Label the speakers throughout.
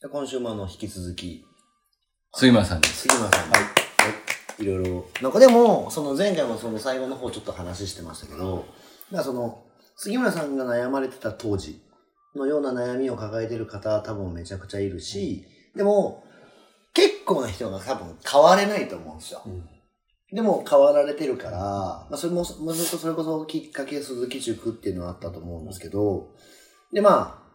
Speaker 1: じゃあ今週もあの、引き続き、
Speaker 2: 杉村さんです。
Speaker 1: 杉村さんに、はい、いろいろ、なんかでも、その前回もその最後の方ちょっと話してましたけど、だからその、杉村さんが悩まれてた当時のような悩みを抱えてる方多分めちゃくちゃいるし、でも、結構な人が多分変われないと思うんですよ。でも変わられてるから、まあ、それも、もうずっとそれこそきっかけ鈴木塾っていうのがあったと思うんですけど、で、まあ、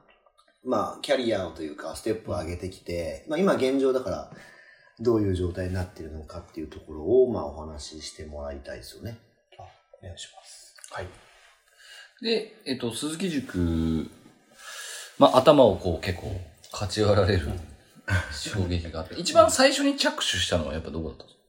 Speaker 1: まあ、キャリアをというか、ステップを上げてきて、まあ今現状だから、どういう状態になってるのかっていうところを、まあお話ししてもらいたいですよね。
Speaker 3: お願いします。はい。
Speaker 2: で、えっと、鈴木塾、まあ、頭をこう結構、かち割られる衝撃があって、一番最初に着手したのはやっぱどこだったんですか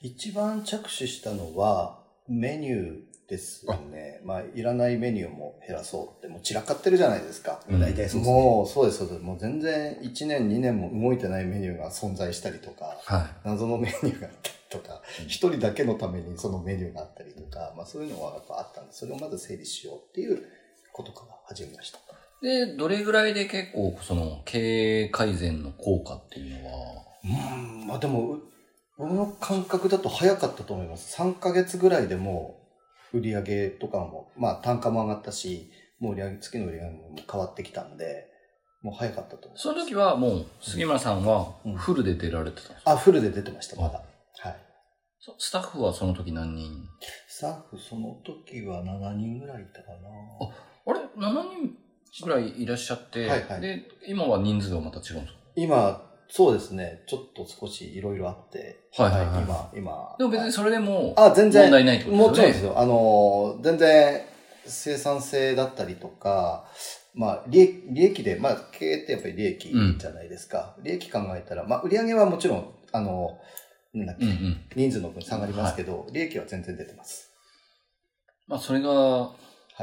Speaker 3: 一番着手したのは、メニューですね。まあ、いらないメニューも減らそうって、もう散らかってるじゃないですか。
Speaker 2: うん
Speaker 1: 大体そうですね。
Speaker 3: もう、そうです、そうです。もう全然1年、2年も動いてないメニューが存在したりとか、
Speaker 2: はい。
Speaker 3: 謎のメニューがあったりとか、
Speaker 2: うん
Speaker 3: 一人だけのためにそのメニューがあったりとか、まあそういうのはやっぱあったんで、それをまず整理しようっていうことから始めました。
Speaker 2: で、どれぐらいで結構、その、経営改善の効果っていうのは、
Speaker 3: うん、まあでも、う僕の感覚だと早かったと思います。3ヶ月ぐらいでもう、売り上げとかも、まあ単価も上がったし、もう売り上げ、月の売り上げも変わってきたんで、もう早かったと思います。
Speaker 2: その時はもう、杉村さんは
Speaker 3: うん
Speaker 2: フルで出られてたんですか、
Speaker 3: あ、フルで出てました、まだ。はい。
Speaker 2: そスタッフはその時何人
Speaker 3: スタッフ、その時は7人ぐらいいたかな。
Speaker 2: あれ ?7 人ぐらいいらっしゃって、
Speaker 3: はいはい
Speaker 2: で、今は人数がまた違うんですか
Speaker 3: 今、そうですね、ちょっと少しいろいろあって、
Speaker 2: はいはいはい
Speaker 3: 今、今。
Speaker 2: でも別にそれでも、
Speaker 3: あ、全然。
Speaker 2: 問題ないってこと
Speaker 3: も
Speaker 2: で
Speaker 3: ち
Speaker 2: す
Speaker 3: ろ
Speaker 2: よね。
Speaker 3: んですよ。あの、全然生産性だったりとか、まあ、利益利益で、まあ、経営ってやっぱり利益じゃないですか。利益考えたら、まあ、売り上げはもちろん、あの、なんだっけ、
Speaker 2: うんうん。
Speaker 3: 人数の分下がりますけど、利益は全然出てます。
Speaker 2: まあ、それが
Speaker 3: は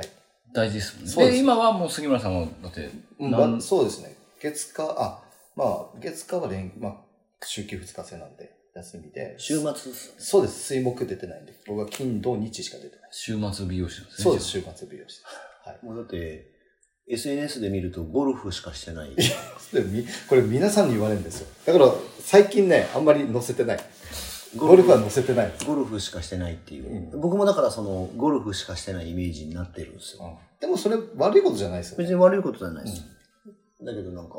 Speaker 3: い。
Speaker 2: 大事ですもんね。
Speaker 3: そうです
Speaker 2: で、今はもう杉村さんは、だって、
Speaker 3: うん
Speaker 2: なん
Speaker 3: まあそうですね。月火、あ、まあ、月火は連、まあ、週休2日制なんで、休みで。
Speaker 1: 週末ですよね。
Speaker 3: そうです。水木出てないんで、僕は金、土、日しか出てない。
Speaker 2: 週末美容師なんですね。
Speaker 3: そうです。週末美容室。はい。
Speaker 1: もうだって、SNS で見るとゴルフしかしてない。
Speaker 3: でもみこれ皆さんに言われるんですよだから最近ねあんまり載せてないゴルフは載せてないんですよ
Speaker 1: ゴルフしかしてないっていう、
Speaker 3: うん
Speaker 1: 僕もだからそのゴルフしかしてないイメージになってるんですよ
Speaker 3: でもそれ悪いことじゃないですよ、
Speaker 1: 別
Speaker 3: ね
Speaker 1: に悪いことじゃないですよ、だけどなんか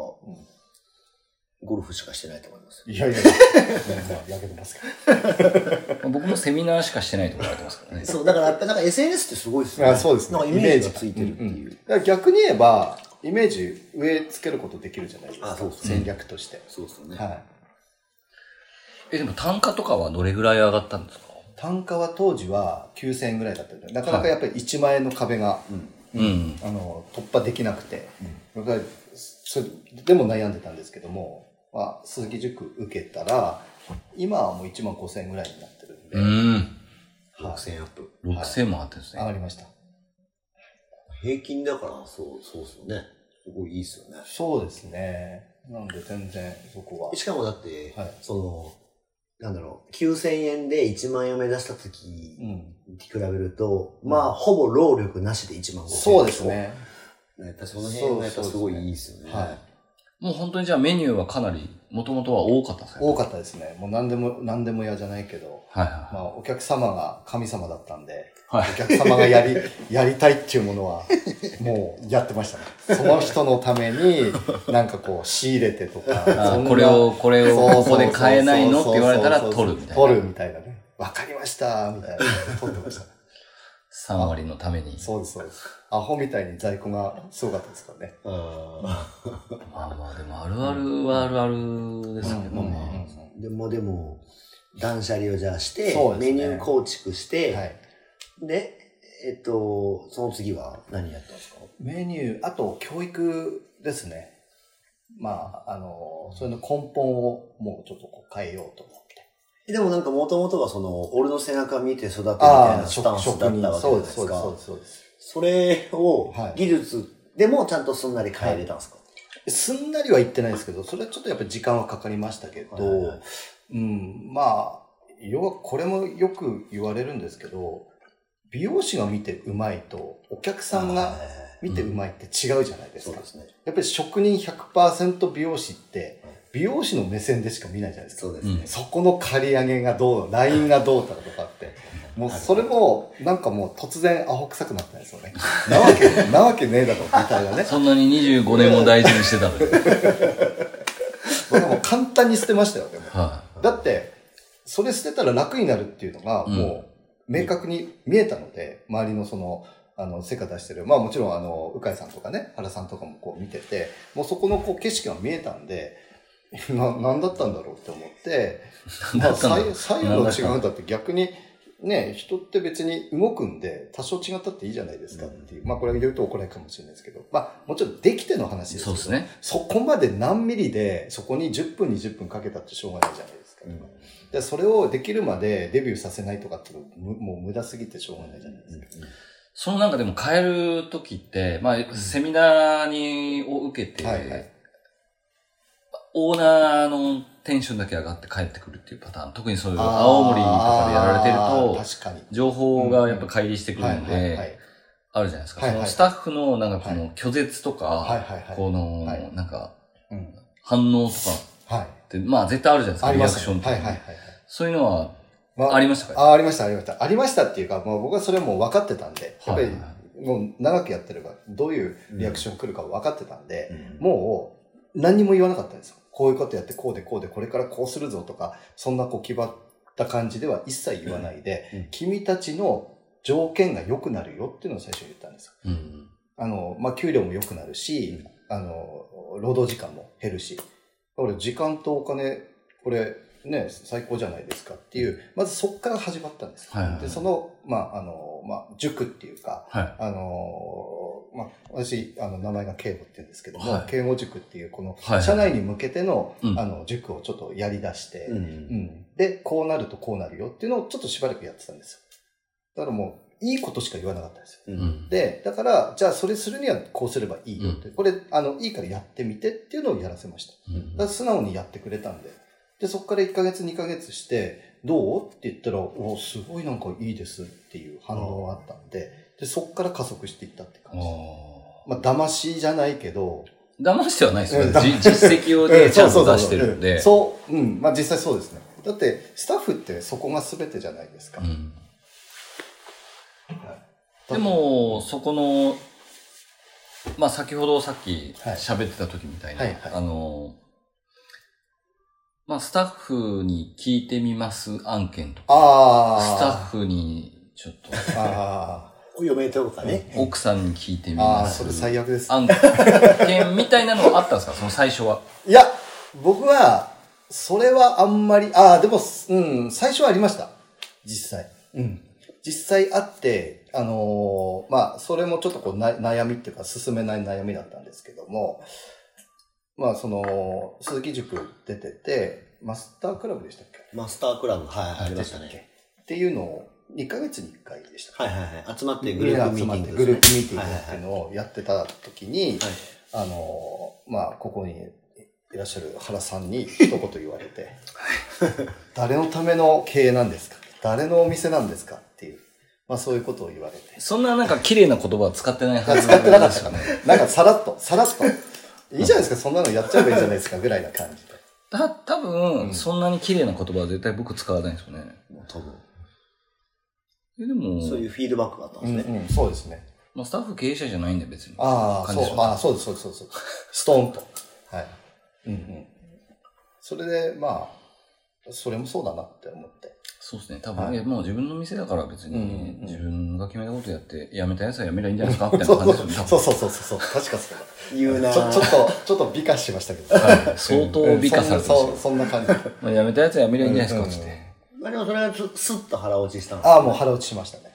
Speaker 1: ゴルフしかしてないと思いますよ
Speaker 3: いやいやいややけてますか
Speaker 2: まあ僕もセミナーしかしてないと言われてますから ね。
Speaker 1: そうだからやっぱなんか SNS ってすごいですよね
Speaker 3: あそうですね
Speaker 1: なんかイメージがついてるって
Speaker 3: イメー
Speaker 1: いう、
Speaker 3: ジだから逆に言えばイメージ植え付けることできるじゃないですか
Speaker 1: あそうですね
Speaker 3: 戦略として、
Speaker 1: そうですよね、
Speaker 3: はい
Speaker 2: え、でも単価とかはどれぐらい上がったんですか
Speaker 3: 単価は当時は9000円ぐらいだったんでなかなかやっぱり1万円の壁が、
Speaker 2: うん。
Speaker 3: あの突破できなくて、僕はそれでも悩んでたんですけども、まあ、鈴木塾受けたら今はもう1万5000円ぐらいになってるんで、
Speaker 2: うん。
Speaker 3: はい
Speaker 1: 6000アップ
Speaker 2: 6000もあってですね。
Speaker 3: 上がりました
Speaker 1: 平均だからそうそうですよねすごいいいですよね
Speaker 3: そうですねなんで全然そこは
Speaker 1: しかもだって、
Speaker 3: はい
Speaker 1: そのなんだろう9000円で1万円を目指した時
Speaker 3: う
Speaker 1: に
Speaker 3: ん
Speaker 1: 比べると、まあほぼ労力なしで1万5000円
Speaker 3: そうですね
Speaker 1: やっぱその辺がやっぱすごいいいですよね。
Speaker 3: はい
Speaker 2: もう本当にじゃあメニューはかなり、もともとは多かったんですか
Speaker 3: 多かったですねもう何でも何でも嫌じゃないけど
Speaker 2: はいはい
Speaker 3: ま
Speaker 2: は
Speaker 3: あ、お客様が神様だったんで、
Speaker 2: はい
Speaker 3: お客様がや り、やりたいっていうものは、もうやってましたね。その人のために、 なんかこう、仕入れてとか、
Speaker 2: い。あ
Speaker 3: そん
Speaker 2: ー
Speaker 3: な
Speaker 2: これを、これをここで買えないのって言われたら
Speaker 3: そうそう
Speaker 2: 取
Speaker 3: そう
Speaker 2: るみ
Speaker 3: そう
Speaker 2: たいな。
Speaker 3: 取るみたいなね。わかりました、みたいな。取ってま した。
Speaker 2: 3割のために。
Speaker 3: そうです、そうです。アホみたいに在庫がすごかったですからね。
Speaker 1: あ
Speaker 2: まあまあ、でもあるあるはあるあるですけどね。
Speaker 1: ーでもでも断捨離をじゃあして、
Speaker 3: そうで
Speaker 1: メ
Speaker 3: すね
Speaker 1: ニュー構築して、
Speaker 3: はい。
Speaker 1: でえっとその次は何やったんですか
Speaker 3: メニュー、あと教育ですね。まあ、あの、それの根本をもうちょっとこう変えようと思って。
Speaker 1: でもなんかもともとはその俺の背中見て育てみたい
Speaker 3: あ
Speaker 1: な
Speaker 3: あ、
Speaker 1: ス
Speaker 3: 職
Speaker 1: タンスだったわけじゃない
Speaker 3: そう
Speaker 1: で
Speaker 3: です、そ
Speaker 1: す
Speaker 3: うです、そう
Speaker 1: か
Speaker 3: ですそうです。
Speaker 1: それを
Speaker 3: はい
Speaker 1: 技術でもちゃんとすんなり変えれたんですか、
Speaker 3: すんなりは言ってないですけど、それはちょっとやっぱり時間はかかりましたけど、
Speaker 1: はいはいはい
Speaker 3: うん、まあ、要はこれもよく言われるんですけど、美容師が見てうまいと、お客さんが
Speaker 1: え
Speaker 3: 見てうまいって違うじゃないです
Speaker 1: そう
Speaker 3: か。
Speaker 1: ですね。
Speaker 3: やっぱり職人100%美容師って
Speaker 1: はい、
Speaker 3: 美容師の目線でしか見ないじゃないですか。
Speaker 1: そうですね。
Speaker 3: そこの刈り上げがどうの、ラインがどうだとかって。もうそれも、なんかもう突然アホ臭くなったんですよね。なわけ、 なわけねえだろ、みたいなね。
Speaker 2: そんなに25年も大事にしてたのに。
Speaker 3: 僕はもう簡単に捨てましたよ、でも。
Speaker 2: は
Speaker 3: だって、それ捨てたら楽になるっていうのが、
Speaker 2: うん
Speaker 3: もう、明確に見えたので、周りのその、あの、成果出してる。まあもちろん、あの、鵜飼さんとかね、原さんとかもこう見てて、もうそこのこう景色が見えたんで、な、なんだったんだろうって思って、
Speaker 2: い。
Speaker 3: ま
Speaker 2: だ
Speaker 3: あ、
Speaker 2: ったんだ
Speaker 3: 左左右が違うんだって逆に、ね、人って別に動くんで、多少違ったっていいじゃないですかっていう。まあ、これ言うと怒られるかもしれないですけど、まあ、もちろんできての話ですけ
Speaker 2: そう
Speaker 3: ど、
Speaker 2: ですね。
Speaker 3: そこまで何ミリで、そこに10分、20分かけたってしょうがないじゃないですか。
Speaker 1: うん
Speaker 3: でそれをできるまでデビューさせないとかっていうのむもう無駄すぎてしょうがないじゃないですか。
Speaker 2: そのなんかでも変える時って、まあ、セミナーに、を受けて、
Speaker 3: はいはい。
Speaker 2: オーナーのテンションだけ上がって帰ってくるっていうパターン。特にそういう青森とかでやられてる
Speaker 3: あ
Speaker 2: と、
Speaker 3: ー確かに。
Speaker 2: 情報がやっぱ乖離してく
Speaker 3: は
Speaker 2: る
Speaker 3: い
Speaker 2: ん
Speaker 3: はいはい。はい
Speaker 2: で、あるじゃないですか。
Speaker 3: はい
Speaker 2: そ
Speaker 3: はい
Speaker 2: のスタッフのなんかこの拒絶と
Speaker 3: はい
Speaker 2: か、
Speaker 3: はい。
Speaker 2: この
Speaker 3: は、い
Speaker 2: なんか
Speaker 3: うん
Speaker 2: 反応とか
Speaker 3: はい。
Speaker 2: って、まあ絶対あるじゃないですか、
Speaker 3: あり
Speaker 2: リ
Speaker 3: ま
Speaker 2: アク
Speaker 3: し
Speaker 2: シ
Speaker 3: た
Speaker 2: ョン
Speaker 3: ね。
Speaker 2: とか。
Speaker 3: はいはいはい。
Speaker 2: そういうのは
Speaker 3: ま
Speaker 2: ありましたか
Speaker 3: あ、ありました、ありました。ありましたっていうか、まあ僕はそれはもう分かってたんで、やっ
Speaker 2: は
Speaker 3: ぱ
Speaker 2: い
Speaker 3: りもう長くやってれば、どういうリアクション来るか分かってたんで、もう何にも言わなかったんですよ。こういうことやって、こうでこうで、これからこうするぞとか、そんなこう決まった感じでは一切言わないで、
Speaker 1: うんうん
Speaker 3: 君たちの条件が良くなるよっていうのを最初に言ったんですよ。
Speaker 2: うん。
Speaker 3: あの、まあ、給料も良くなるし、あの、労働時間も減るし、だから時間とお金、これ、ね、最高じゃないですかっていう、まずそこから始まったんです。
Speaker 2: はいはいはい
Speaker 3: で、その、まあ、あの、まあ、塾っていうか、
Speaker 2: はい。
Speaker 3: あの、まあ、私、あの、名前が慶吾って言うんですけども、
Speaker 2: はい
Speaker 3: 慶吾塾っていう、この、
Speaker 2: はいはい
Speaker 3: 社内に向けての、
Speaker 2: うん
Speaker 3: あの、塾をちょっとやり出して、
Speaker 1: うん
Speaker 3: うんで、こうなるとこうなるよっていうのをちょっとしばらくやってたんですよ。だからもう、いいことしか言わなかったんですよ。
Speaker 1: う
Speaker 2: うんん。
Speaker 3: で、だから、じゃあそれするにはこうすればいいよって、これ、あの、いいからやってみてっていうのをやらせました。
Speaker 2: うん
Speaker 3: だから素直にやってくれたんで。で、そこから1ヶ月、2ヶ月して、どうって言ったら、おすごいなんかいいですっていう反応があったんで、で、そこから加速していったって感じです。
Speaker 2: あ
Speaker 3: まあ、騙しじゃないけど、
Speaker 2: ー騙してはないですよ
Speaker 3: う
Speaker 2: ね
Speaker 3: んだ。
Speaker 2: じ実績 を
Speaker 3: う
Speaker 2: ね、
Speaker 3: ん
Speaker 2: ち
Speaker 3: そ
Speaker 2: ゃ
Speaker 3: うんそう
Speaker 2: と
Speaker 3: そう
Speaker 2: 出してるんで。
Speaker 3: そう、うん、まあ実際そうですね。だって、スタッフってそこが全てじゃないですか。
Speaker 2: うん
Speaker 3: だ
Speaker 2: でも、そこの、まあ先ほどさっき
Speaker 3: はい
Speaker 2: 喋ってた時みたいな、
Speaker 3: はいはい
Speaker 2: あの、まあスタッフに聞いてみます案件とか、
Speaker 3: ああ。
Speaker 2: スタッフにちょ っと、
Speaker 3: あ
Speaker 1: お嫁とかね。
Speaker 2: 奥さんに聞いてみ
Speaker 3: あ。あ
Speaker 2: ま
Speaker 3: あ、
Speaker 2: す
Speaker 3: それ最悪です。
Speaker 2: 案件みたいなのはあったんですかその最初は。
Speaker 3: いや、僕は、それはあんまり、ああ、でも、うん、最初はありました。実際。うん。実際あって、あのーまあ、それもちょっとこうな悩みっていうか、進めない悩みだったんですけども、まあ、その、鈴木塾出てて、マスタークラブでしたっけ
Speaker 1: マスタークラブ、はい、ありました
Speaker 3: で
Speaker 1: ね。
Speaker 3: けっていうのを、2ヶ月に1回でした
Speaker 1: は
Speaker 3: っ
Speaker 1: いはいはい。集まっ
Speaker 3: け
Speaker 1: てグループミ
Speaker 3: みん
Speaker 1: ー
Speaker 3: な
Speaker 1: ティングで
Speaker 3: 集まって
Speaker 1: すね。
Speaker 3: グループミーティング
Speaker 1: はいは
Speaker 3: って
Speaker 1: い
Speaker 3: い
Speaker 1: うは
Speaker 3: のをやってた時に、
Speaker 1: い。
Speaker 3: あの、まあ、ここにいらっしゃる原さんに一言言われて、 誰のための経営なんですか誰のお店なんですかっていう、まあそういうことを言われて。
Speaker 2: そんななんか綺麗な言葉は使ってないはず
Speaker 3: 使ってなかっ
Speaker 2: です
Speaker 3: た
Speaker 2: よ
Speaker 3: ね
Speaker 2: ね。。
Speaker 3: なんかさらっと、さらっと。いいじゃないですか、そんなのやっちゃえばいいじゃないですか、ぐらいな感じで。
Speaker 2: た、多分、
Speaker 3: うん
Speaker 2: そんなに綺麗な言葉は絶対僕使わないんですよね。
Speaker 1: もう多分、
Speaker 2: えでも、
Speaker 1: そういうフィードバックがあったんですね。
Speaker 3: うんうんそうですね。
Speaker 2: まあ、スタッフ経営者じゃないんで別に。
Speaker 3: ああ、
Speaker 2: 感
Speaker 3: そ
Speaker 2: じ
Speaker 3: う
Speaker 2: でし、ょ
Speaker 3: ああ、そうです、そうです、そうです。ストーンと。はい。うんうん。それで、まあ、それもそうだなって思って。
Speaker 2: そうですね。多分、
Speaker 3: はい
Speaker 2: いやもう自分の店だから別に
Speaker 3: うん、
Speaker 2: 自分が決めたことやって、辞めたやつは辞めりゃいいんじゃないですかみたい
Speaker 3: そ
Speaker 2: な
Speaker 3: う
Speaker 2: 感じ
Speaker 3: そ
Speaker 2: ですよ
Speaker 3: う
Speaker 2: ね。多分
Speaker 3: そうそうそうそう。確かそうだ。
Speaker 1: 言うな
Speaker 3: ちょ
Speaker 1: ぁ
Speaker 3: ちょっと、ちょっと美化しましたけど。
Speaker 2: はい相当美化されてまし
Speaker 3: そ
Speaker 2: た
Speaker 3: う
Speaker 2: よ。
Speaker 3: そんな感じ。
Speaker 2: まあ、辞めたやつは辞めりゃいいんじゃないですかっつっ
Speaker 3: うんうん
Speaker 2: て。
Speaker 1: まあでもそれはすすっと腹落ちしたんですね
Speaker 3: ああ、もう腹落ちしましたね。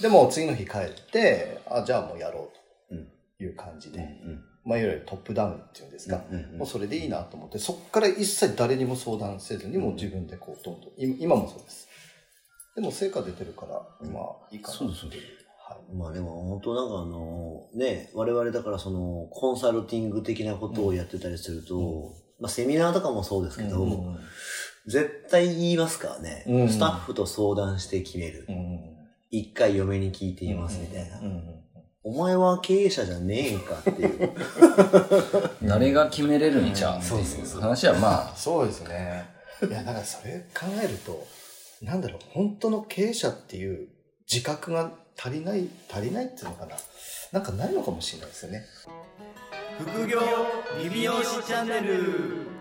Speaker 3: でも、次の日帰って、あじゃあもうやろうという感じで、まあ、いわゆるトップダウンっていうんですか、
Speaker 1: うんうんうん
Speaker 3: もうそれでいいなと思って、そこから一切誰にも相談せずに、もう自分でこう、どんどん、今今もそうです。でも、成果出てるから、まあ、いいかなってい
Speaker 2: そうです
Speaker 3: はい
Speaker 1: まあでも本当なんかあの、ね、我々だからそのコンサルティング的なことをやってたりすると、まあセミナーとかもそうですけど、
Speaker 3: うんうん
Speaker 1: 絶対言いますからね、
Speaker 3: うん
Speaker 1: スタッフと相談して決める
Speaker 3: う。ん
Speaker 1: 一回嫁に聞いていますみたいな。
Speaker 3: うんうん
Speaker 1: お前は経営者じゃねえんかっていう。
Speaker 2: 誰が決めれるんちゃうって
Speaker 3: そうそう
Speaker 2: い
Speaker 3: そうう
Speaker 2: 話はまあ、
Speaker 3: そうですね。いや、だからそれ考えると、なんだろう、本当の経営者っていう自覚が足りない、足りないっていうのかな。なんかないのかもしれないですよね。
Speaker 4: 副業リビオシチャンネル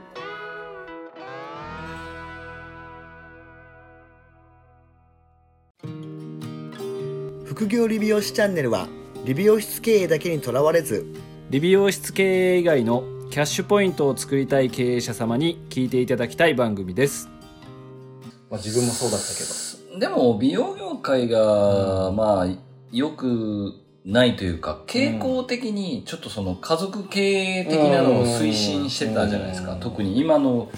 Speaker 1: 副業理美容師チャンネルは、理美容室経営だけにとらわれず、
Speaker 5: 理美容室経営以外のキャッシュポイントを作りたい経営者様に聞いていただきたい番組です
Speaker 3: まあ自分もそうだったけど。
Speaker 2: でも美容業界が、まあ、良くないというか、傾向的にちょっとその家族経営的なのを推進してたじゃないですか。
Speaker 3: うん
Speaker 2: 特に今の、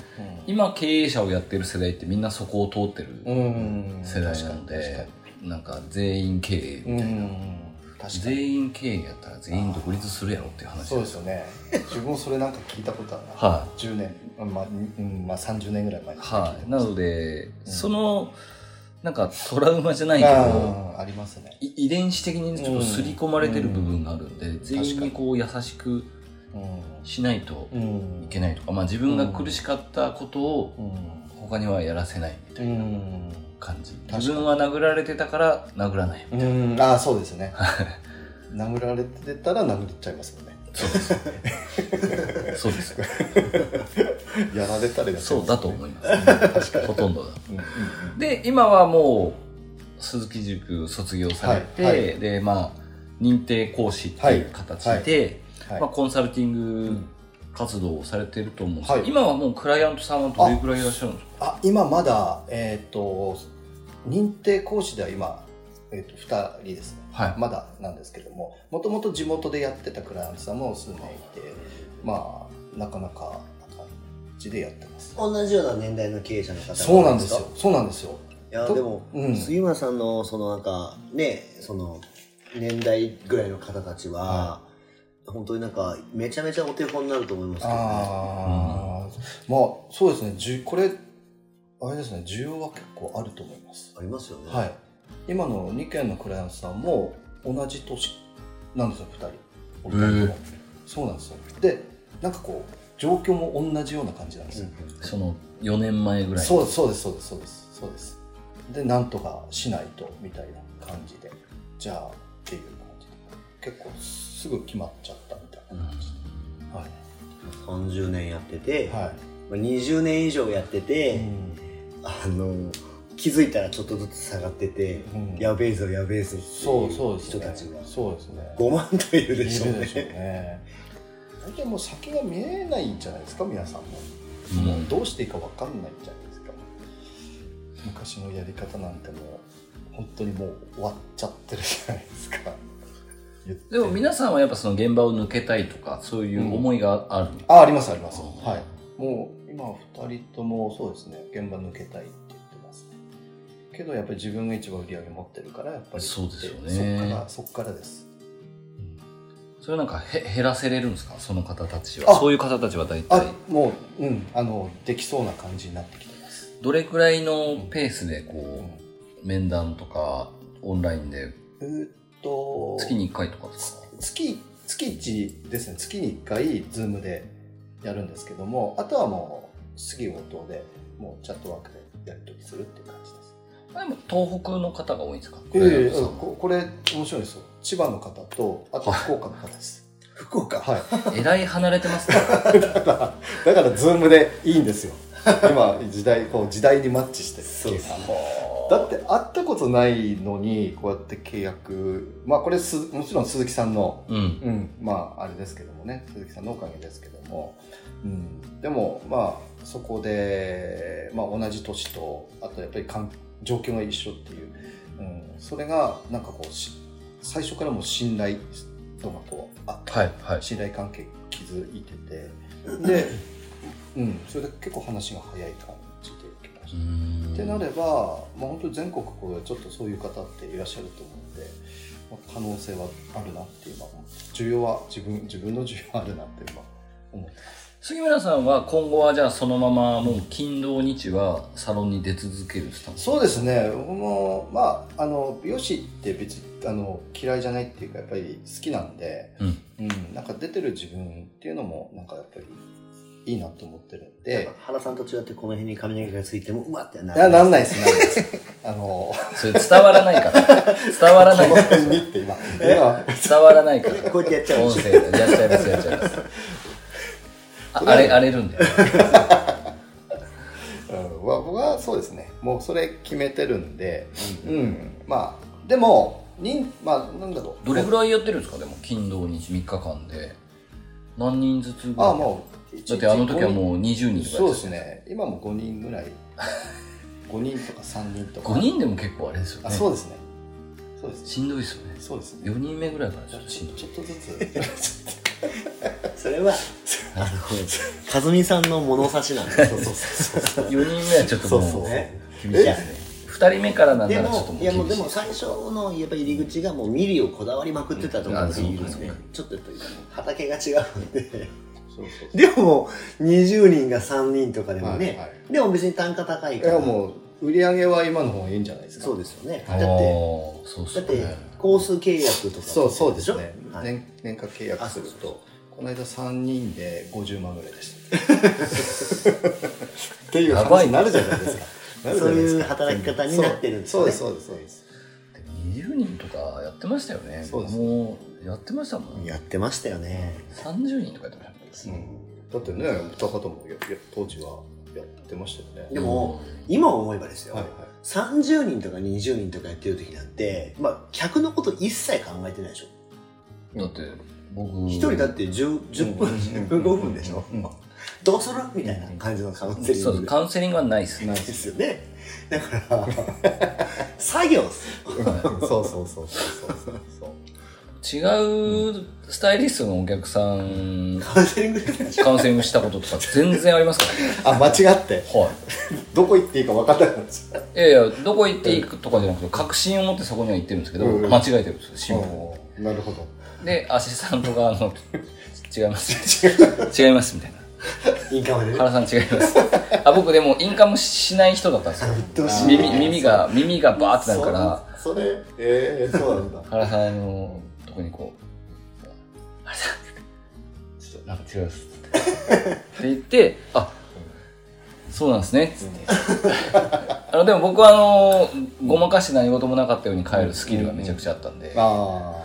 Speaker 2: 今経営者をやってる世代ってみんなそこを通ってる
Speaker 3: ん
Speaker 2: 世代なので、なんか全員経営
Speaker 3: うん
Speaker 2: みたいな。
Speaker 3: 確かに。
Speaker 2: 全員経営やったら全員独立するやろっていう話
Speaker 3: そうですよね。自分もそれなんか聞いたことあるな。
Speaker 2: はい。
Speaker 3: 10年、まあ、うんまあ、30年ぐらい前に聞いたことあ
Speaker 2: は
Speaker 3: る
Speaker 2: い、なので、そのなんかトラウマじゃないけど
Speaker 3: あーありますね。
Speaker 2: い遺伝子的にちょっと刷り込まれてる部分があるんで、全員にこう優しく
Speaker 3: う
Speaker 2: しないと
Speaker 3: ん
Speaker 2: いけないとか、まあ、自分が苦しかったことを
Speaker 3: うん
Speaker 2: 他にはやらせないみた
Speaker 3: う
Speaker 2: いなん感じ、
Speaker 3: かに
Speaker 2: 自分は殴られてたから殴らない
Speaker 3: うんああそうですね殴られてたら殴っちゃいますもんね
Speaker 2: そうですねそう です
Speaker 3: やられたらやっちゃい
Speaker 2: そう
Speaker 3: ます
Speaker 2: だと思います、ほとんどだ
Speaker 3: うんうんうん
Speaker 2: で今はもう鈴木塾卒業されて、
Speaker 3: はいは
Speaker 2: でまあ認定講師っていう形で、
Speaker 3: はいはい
Speaker 2: まあ、コンサルティング活動をされてると思うんですけど、
Speaker 3: はい
Speaker 2: 今はもうクライアントさんはどれくらいいらっしゃるんですか
Speaker 3: あ今まだえっ、と認定講師では今、えー、と2人ですね
Speaker 2: はい
Speaker 3: まだなんですけどももともと地元でやってたクライアントさんも数名いてまあなかなかな感じでやってます
Speaker 1: 同じような年代の経営者の方々
Speaker 3: そうなんですよ。そうなんですよ
Speaker 1: いや、
Speaker 3: と
Speaker 1: でも、
Speaker 3: うん
Speaker 1: 杉村さんの、そのなんか、ね、その、年代ぐらいの方たちは、本当になんか、めちゃめちゃお手本になると思いますけどね。
Speaker 3: ああ、まあそうですねじゅこれあれですね需要は結構あると思います、
Speaker 1: ありますよね。
Speaker 3: はい今の2件のクライアントさんも同じ年なんですよ2人俺たちもそうなんですよでなんかこう状況も同じような感じなんです
Speaker 1: う
Speaker 3: よ、
Speaker 1: ん
Speaker 2: その4年前ぐらい
Speaker 3: そうそうですそうですそうですそうですでなんとかしないとみたいな感じでじゃあっていう感じで結構すぐ決まっちゃったみたいな感じで、はい
Speaker 1: 30年やってて、
Speaker 3: は
Speaker 1: まあ20年以上やって
Speaker 3: い、
Speaker 1: て、
Speaker 3: うん
Speaker 1: あの気づいたらちょっとずつ下がってて、
Speaker 3: うん
Speaker 1: やべえぞやべえぞってい
Speaker 3: そうそうです
Speaker 1: 人
Speaker 3: ね。
Speaker 1: たちが
Speaker 3: そうですね。
Speaker 1: 5万とい
Speaker 3: いる
Speaker 1: るでしょう
Speaker 3: でしょう
Speaker 1: ね
Speaker 3: ね。大体もう先が見えないんじゃないですか皆さんも。
Speaker 2: うん
Speaker 3: もうどうしていいかわかんないんじゃないですか。昔のやり方なんてもう本当にもう終わっちゃってるじゃないですか。言って
Speaker 2: でも皆さんはやっぱその現場を抜けたいとかそういう思いがある、
Speaker 3: あありますあります。
Speaker 2: あー
Speaker 3: はい。もう今二人ともそうですね現場抜けたいって言ってます。けどやっぱり自分が一番売り上げ持ってるからやっぱり
Speaker 2: そうですよね
Speaker 3: そっからそっからです。
Speaker 2: それなんかへ減らせれるんですかその方たち
Speaker 3: あ
Speaker 2: はそういう方たちは大
Speaker 3: あ、
Speaker 2: 体
Speaker 3: もう、うん、あの、できそうな感じになってきてます。
Speaker 2: どれくらいのペースで
Speaker 3: う
Speaker 2: こ
Speaker 3: ん
Speaker 2: う面談とかオンラインで
Speaker 3: えーっと、
Speaker 2: 月に1回とかですか
Speaker 3: 月、月1ですね、月に1回、ズームでやるんですけども、あとはもう、次応答で、もうチャットワークでやり取りするっていう感じです。
Speaker 2: でも東北の方が多いんですかク
Speaker 3: え
Speaker 2: ライアントさん
Speaker 3: ーここれ、面白いですよ。千葉の方と、あと福岡の方です。
Speaker 1: 福岡
Speaker 3: はい。
Speaker 2: えらい離れてますね
Speaker 3: だから、だからズームでいいんですよ。今、時代、こう、時代にマッチしてる
Speaker 1: そうです
Speaker 3: だって会ったことないのにこうやって契約まあこれすもちろん鈴木さんの、
Speaker 2: うん
Speaker 3: うん、まああれですけどもね鈴木さんのおかげですけども、うん、でもまあそこで、まあ、同じ年とあとやっぱり環状況が一緒っていう、うん、それがなんかこうし最初からもう信頼度がこうあって、
Speaker 2: はいはい
Speaker 3: 信頼関係築いててで、うん、それで結構話が早い感じできました。ってなれば、まあ、本当に全国こうちょっとそういう方っていらっしゃると思うんで、まあ、可能性はあるなっていうのは思って需要は自分自分の需要はあるなっていうのは思ってます
Speaker 2: 杉村さんは今後はじゃあそのままもう金土日はサロンに出続けるスタンス
Speaker 3: そうですね僕もまああの美容師って別にあの嫌いじゃないっていうかやっぱり好きなんで、
Speaker 2: うん
Speaker 3: うんなんか出てる自分っていうのもなんかやっぱりいいなと思ってるん
Speaker 1: なん
Speaker 3: で
Speaker 1: か原さんと違ってこの辺に髪の毛がついてもうわってない
Speaker 3: やなんないですなんないですあの
Speaker 2: それ伝わらないから伝わら ない
Speaker 3: こ
Speaker 2: か
Speaker 3: の
Speaker 2: ら
Speaker 3: 辺にって今今
Speaker 2: 伝わらないから
Speaker 1: こうやってやっちゃう
Speaker 2: 音声でやっちゃいますやっちゃいますああれ荒れるんだよ
Speaker 3: うん、わ僕はそうですねもうそれ決めてるんで、うんまあでも人まあなんだろう
Speaker 2: どれぐらいやってるんですかでも金土日3日間で何人ずつぐらい
Speaker 3: ああもう
Speaker 2: だってあの時は
Speaker 3: う
Speaker 2: もう20人とか
Speaker 3: そ
Speaker 2: や
Speaker 3: うで
Speaker 2: って
Speaker 3: すね今も5 人ぐらい5人とか3人とか
Speaker 2: 5人でも結構あれですよね
Speaker 3: あそうですねそうですね
Speaker 2: しんどいですよね
Speaker 3: そうですね
Speaker 2: 4人目ぐらいからちょっとし
Speaker 3: ち
Speaker 2: んどい
Speaker 3: ちょっと ずつ
Speaker 1: それはあのかずみさんの物差しなんだ そうそうそうそう
Speaker 2: 4人目はちょっとも
Speaker 3: そううそう
Speaker 1: ね
Speaker 2: 厳しいですね2人目からなん
Speaker 1: で
Speaker 2: ならちょっ
Speaker 1: も
Speaker 2: ともう
Speaker 1: いやもう
Speaker 2: 厳
Speaker 1: で
Speaker 2: しい
Speaker 1: も最初のやっぱ入り口がもうミリをこだわりまくってたところがいる
Speaker 2: うんあ
Speaker 1: ん
Speaker 2: そう
Speaker 1: で
Speaker 2: か
Speaker 1: ちょっと畑が違うんで
Speaker 3: そうそう
Speaker 1: でももう20人が3人とかでもね、
Speaker 3: はいは
Speaker 1: でも別に単価高い
Speaker 3: い
Speaker 1: から
Speaker 3: やもう売り上げは今の方がいいんじゃないですか
Speaker 1: そうですよねだっ
Speaker 2: ああ
Speaker 1: て
Speaker 2: そうそ
Speaker 1: だっ
Speaker 2: う
Speaker 1: て
Speaker 2: ね
Speaker 1: コース契約とか
Speaker 3: そうそうですね
Speaker 1: しょはい
Speaker 3: 年年間契約する
Speaker 1: あそう
Speaker 3: とこの間3人で50万ぐらいでしたっていう
Speaker 2: やば
Speaker 3: 話
Speaker 2: い
Speaker 3: になるじゃないですかなるじゃ
Speaker 1: そう
Speaker 3: ないで
Speaker 1: い
Speaker 3: す
Speaker 1: う
Speaker 3: か
Speaker 1: 働き方になってるんです
Speaker 3: そう
Speaker 1: よ
Speaker 3: で
Speaker 1: ね
Speaker 3: すそうですそうです
Speaker 2: でも20人とかやってましたよね
Speaker 3: そうです
Speaker 2: もうやってましたもん
Speaker 1: やってましたよね、
Speaker 2: 30人とかやってましたもん
Speaker 3: だってね歌方もやや当時はやってましたよね
Speaker 1: でも今思えばですよ、
Speaker 3: はいはい
Speaker 1: 30人とか20人とかやってる時なんて、まあ、客のこと一切考えてないでしょ
Speaker 2: だって僕
Speaker 1: 一人だって10 10分、15分 でしょ、
Speaker 3: うん
Speaker 1: どうするみたいな感じのカウンセリン
Speaker 2: そう
Speaker 1: グで
Speaker 2: ですカウンセリングはないっすね
Speaker 3: ないで
Speaker 1: ですすよねだから作業っすよ
Speaker 3: そうそうそうそうそうそう
Speaker 2: 違うスタイリストのお客さん
Speaker 1: カウンセリングしてたでしょ
Speaker 2: カウンセリングしたこととか全然ありますからね
Speaker 3: あ間違って
Speaker 2: は
Speaker 3: どこ行っていいか分かんなくなっちゃう
Speaker 2: いいやいやどこ行っていくとかじゃなくて確信を持ってそこには行ってるんですけど、
Speaker 3: うん
Speaker 2: 間違えてるんですよシンプルに
Speaker 3: うんなるほど
Speaker 2: でアシスタントがあ の「違います」違いますみたいな
Speaker 1: インカムで
Speaker 2: 「
Speaker 1: ね
Speaker 2: 原さん違います」あ僕でもインカムしない人だったんですよ
Speaker 1: うっとうしい
Speaker 2: 耳耳が耳がバーってなるから
Speaker 3: それええそう なんだ
Speaker 2: 原さんのとこにこう「原さんちょっとなんか違うっす」って言って「あそうなんですね」っつってあのでも僕はあのごまかして何事もなかったように帰るスキルがめちゃくちゃあったんで、っ
Speaker 3: あ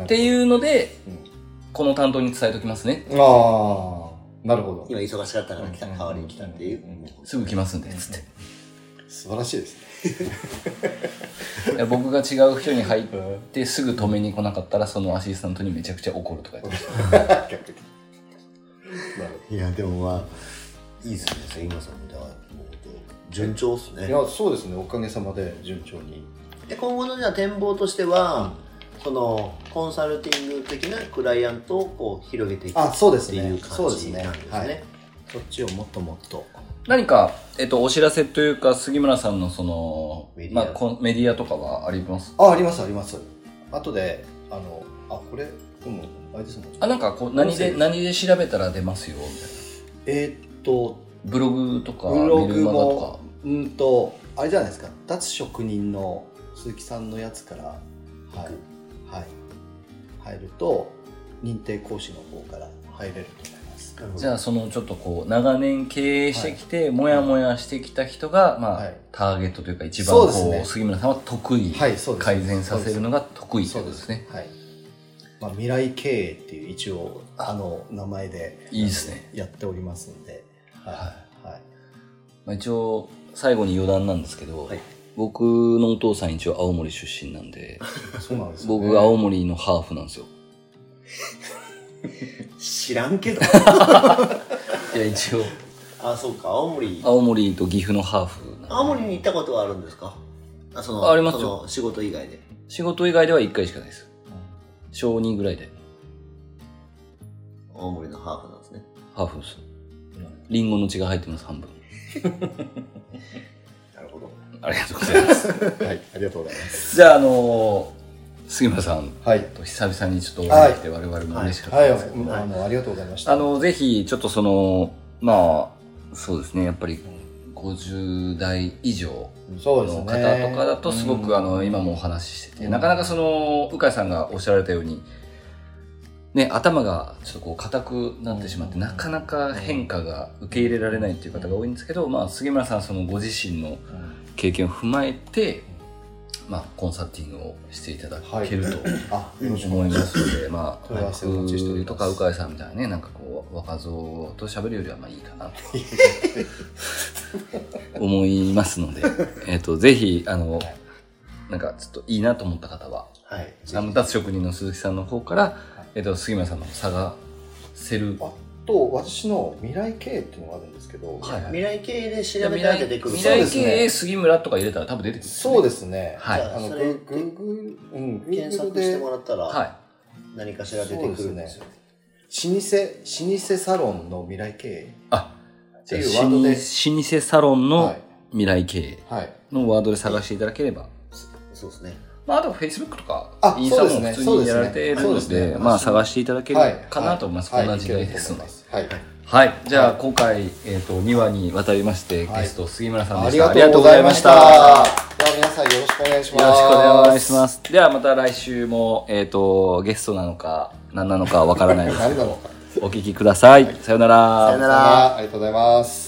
Speaker 3: あってう
Speaker 2: いうので、
Speaker 3: うん
Speaker 2: この担当に伝えときますね
Speaker 3: ああなるほど
Speaker 1: 今忙しかったから来た代わりに来たっていう、
Speaker 3: うん
Speaker 2: すぐ来ますんでっつって
Speaker 3: 素晴らしいですね
Speaker 2: いや僕が違う人に入ってすぐ止めに来なかったらそのアシスタントにめちゃくちゃ怒るとか言って
Speaker 3: 逆にな
Speaker 1: い
Speaker 3: る
Speaker 1: やでもまあいいっすね杉村さんもだからもう順調っすね
Speaker 3: ほどいやそうですねおかげさまで順調に
Speaker 1: で今後のじゃあ展望としては、そのコンサルティング的なクライアントをこう広げていく
Speaker 3: あそうです
Speaker 1: って
Speaker 3: ね
Speaker 1: いう感じなんですね
Speaker 3: そうですねはいそっちをもっともっと
Speaker 2: 何か、えっと、お知らせというか、杉村さんのその、
Speaker 1: メディア
Speaker 2: まあ、こんメディアとかはあります
Speaker 3: あありますあります後であのあこれでもあれですもん
Speaker 2: あ、なんかこう、何
Speaker 3: 音
Speaker 2: で、
Speaker 3: 声
Speaker 2: 何で調べたら出ますよ、みたいな。
Speaker 3: えーっと
Speaker 2: ブログとか、
Speaker 3: ブロ
Speaker 2: メル
Speaker 3: グ
Speaker 2: マガと
Speaker 3: もうんとあれじゃないですか脱職人の鈴木さんのやつからはいはい入ると認定講師の方から入れると思います
Speaker 1: なるほ
Speaker 2: か。
Speaker 1: ど
Speaker 2: じゃあ、その、ちょっとこう、長年経営してきて、もやもやしてきた人が、まあ、
Speaker 3: はい
Speaker 2: ターゲットというか、一番こ
Speaker 3: そうです
Speaker 2: う、
Speaker 3: ね
Speaker 2: 杉村さんは得意、
Speaker 3: はいそうです
Speaker 2: 改善させるのが得意とい
Speaker 3: そうう
Speaker 2: こ
Speaker 3: で
Speaker 2: とですすね。
Speaker 3: はい、まあ、未来経営っていう一応あの名前で
Speaker 2: いいですね
Speaker 3: やっておりますんではい、はい
Speaker 2: まあ、一応、最後に余談なんですけど、
Speaker 1: はい
Speaker 2: 僕のお父さん一応青森出身なんで、
Speaker 3: そうなんですよね
Speaker 2: 僕青森のハーフなんですよ。
Speaker 1: 知らんけど
Speaker 2: いや、一応。
Speaker 1: あそうか青森
Speaker 2: 青森と岐阜のハーフなんで
Speaker 1: 青森に行ったことはあるんですかあその
Speaker 2: あありますよ
Speaker 1: その仕事以外で
Speaker 2: 仕事以外では1回しかないです小2ぐらいで
Speaker 1: 青森のハーフなんですね
Speaker 2: ハーフですリンゴの血が入ってます半分
Speaker 1: なるほど
Speaker 2: ありがとうございます
Speaker 3: はいありがとうございます
Speaker 2: じゃああのー杉村さん
Speaker 3: はい。
Speaker 2: と久々にちょっとお会いできて我々も嬉しかった
Speaker 3: はい、
Speaker 2: で
Speaker 3: あ
Speaker 2: すけど、
Speaker 3: の、ありがとうございました。
Speaker 2: あのぜひちょっとそのまあそうですねやっぱり50代以上
Speaker 3: そうです
Speaker 2: の
Speaker 3: ね。
Speaker 2: 方とかだとすご
Speaker 3: うん
Speaker 2: くあの今もお話ししてて、
Speaker 3: うん
Speaker 2: なかなかその鵜飼さんがおっしゃられたように、ね、頭がちょっとこう硬くなってしまって、
Speaker 3: うん
Speaker 2: なかなか変化が受け入れられないっていう方が多いんですけど、まあ、杉村さんそのご自身の
Speaker 3: うん
Speaker 2: 経験を踏まえて、まあ、コンサルティングをしていただけると。
Speaker 3: あ、よろしくお
Speaker 2: 思いますので、まあ、
Speaker 3: 問い合わせをお待ちしており
Speaker 2: 僕
Speaker 3: ます
Speaker 2: とか鵜飼さんみたいなね、なんかこう、若造と喋るよりはまあいい かなと思いますので、えっと、ぜひ、あの、なんかちょっといいなと思った方は、
Speaker 1: はい。
Speaker 2: あの、脱職人の鈴木さんの方から、えっと、杉村さんの探せる、
Speaker 3: あと、私の未来経営っていうのがあるんですけど、
Speaker 2: はい
Speaker 1: 未来系で調べ
Speaker 2: 未
Speaker 1: たら
Speaker 2: 来
Speaker 1: 出てくる
Speaker 2: 未
Speaker 3: そうで
Speaker 2: 来
Speaker 3: す
Speaker 2: 経
Speaker 3: ね
Speaker 2: 営杉村とか入れたら多分出てくるんですよね、
Speaker 3: そうですね。
Speaker 2: はい
Speaker 1: じゃ
Speaker 3: あ
Speaker 1: あ
Speaker 3: の、
Speaker 1: そ
Speaker 3: グ
Speaker 1: れ
Speaker 3: ーグーグーうん、グ
Speaker 1: 検
Speaker 3: ーグル
Speaker 1: 索して
Speaker 3: で、
Speaker 1: もらった
Speaker 2: は
Speaker 1: ら
Speaker 2: い。
Speaker 1: 何かしら出てくるんですよ。
Speaker 3: 老舗、老舗サロンの未来経営
Speaker 2: あ、
Speaker 3: って
Speaker 2: じゃあ
Speaker 3: いうワー
Speaker 2: 老
Speaker 3: ド
Speaker 2: 舗
Speaker 3: で、
Speaker 2: 老舗サロン
Speaker 3: は
Speaker 2: の
Speaker 3: い。
Speaker 2: 未来経営
Speaker 3: はい。
Speaker 2: のワードで探していただければ、
Speaker 1: そうですね。
Speaker 2: まあ、あとフェイスブックとか
Speaker 3: あ
Speaker 2: インスタも
Speaker 3: そうで
Speaker 2: 普
Speaker 3: すね
Speaker 2: 通にやられている
Speaker 3: そう
Speaker 2: の
Speaker 3: ですね
Speaker 2: で
Speaker 3: そうですね
Speaker 2: まあ探していただける
Speaker 3: はい
Speaker 2: かなと思います、
Speaker 3: はい
Speaker 2: こんな時代ですので
Speaker 3: はい。
Speaker 2: はい、じゃあ
Speaker 3: はい
Speaker 2: 今回、えー、と2話にわたりまして、
Speaker 3: はい
Speaker 2: ゲスト杉村さん
Speaker 3: あ
Speaker 2: でし
Speaker 3: り
Speaker 2: た
Speaker 3: がとうございました。で
Speaker 2: ありがとうございました
Speaker 3: は皆さんよろしくお願いします。
Speaker 2: よろしくお願いしますではまた来週も、えー、とゲストなのか 何なのかわからないですけ
Speaker 3: 誰
Speaker 2: ど
Speaker 3: だろう。
Speaker 2: お聞きください、さようなら
Speaker 1: さよなら
Speaker 3: ありがとうございます。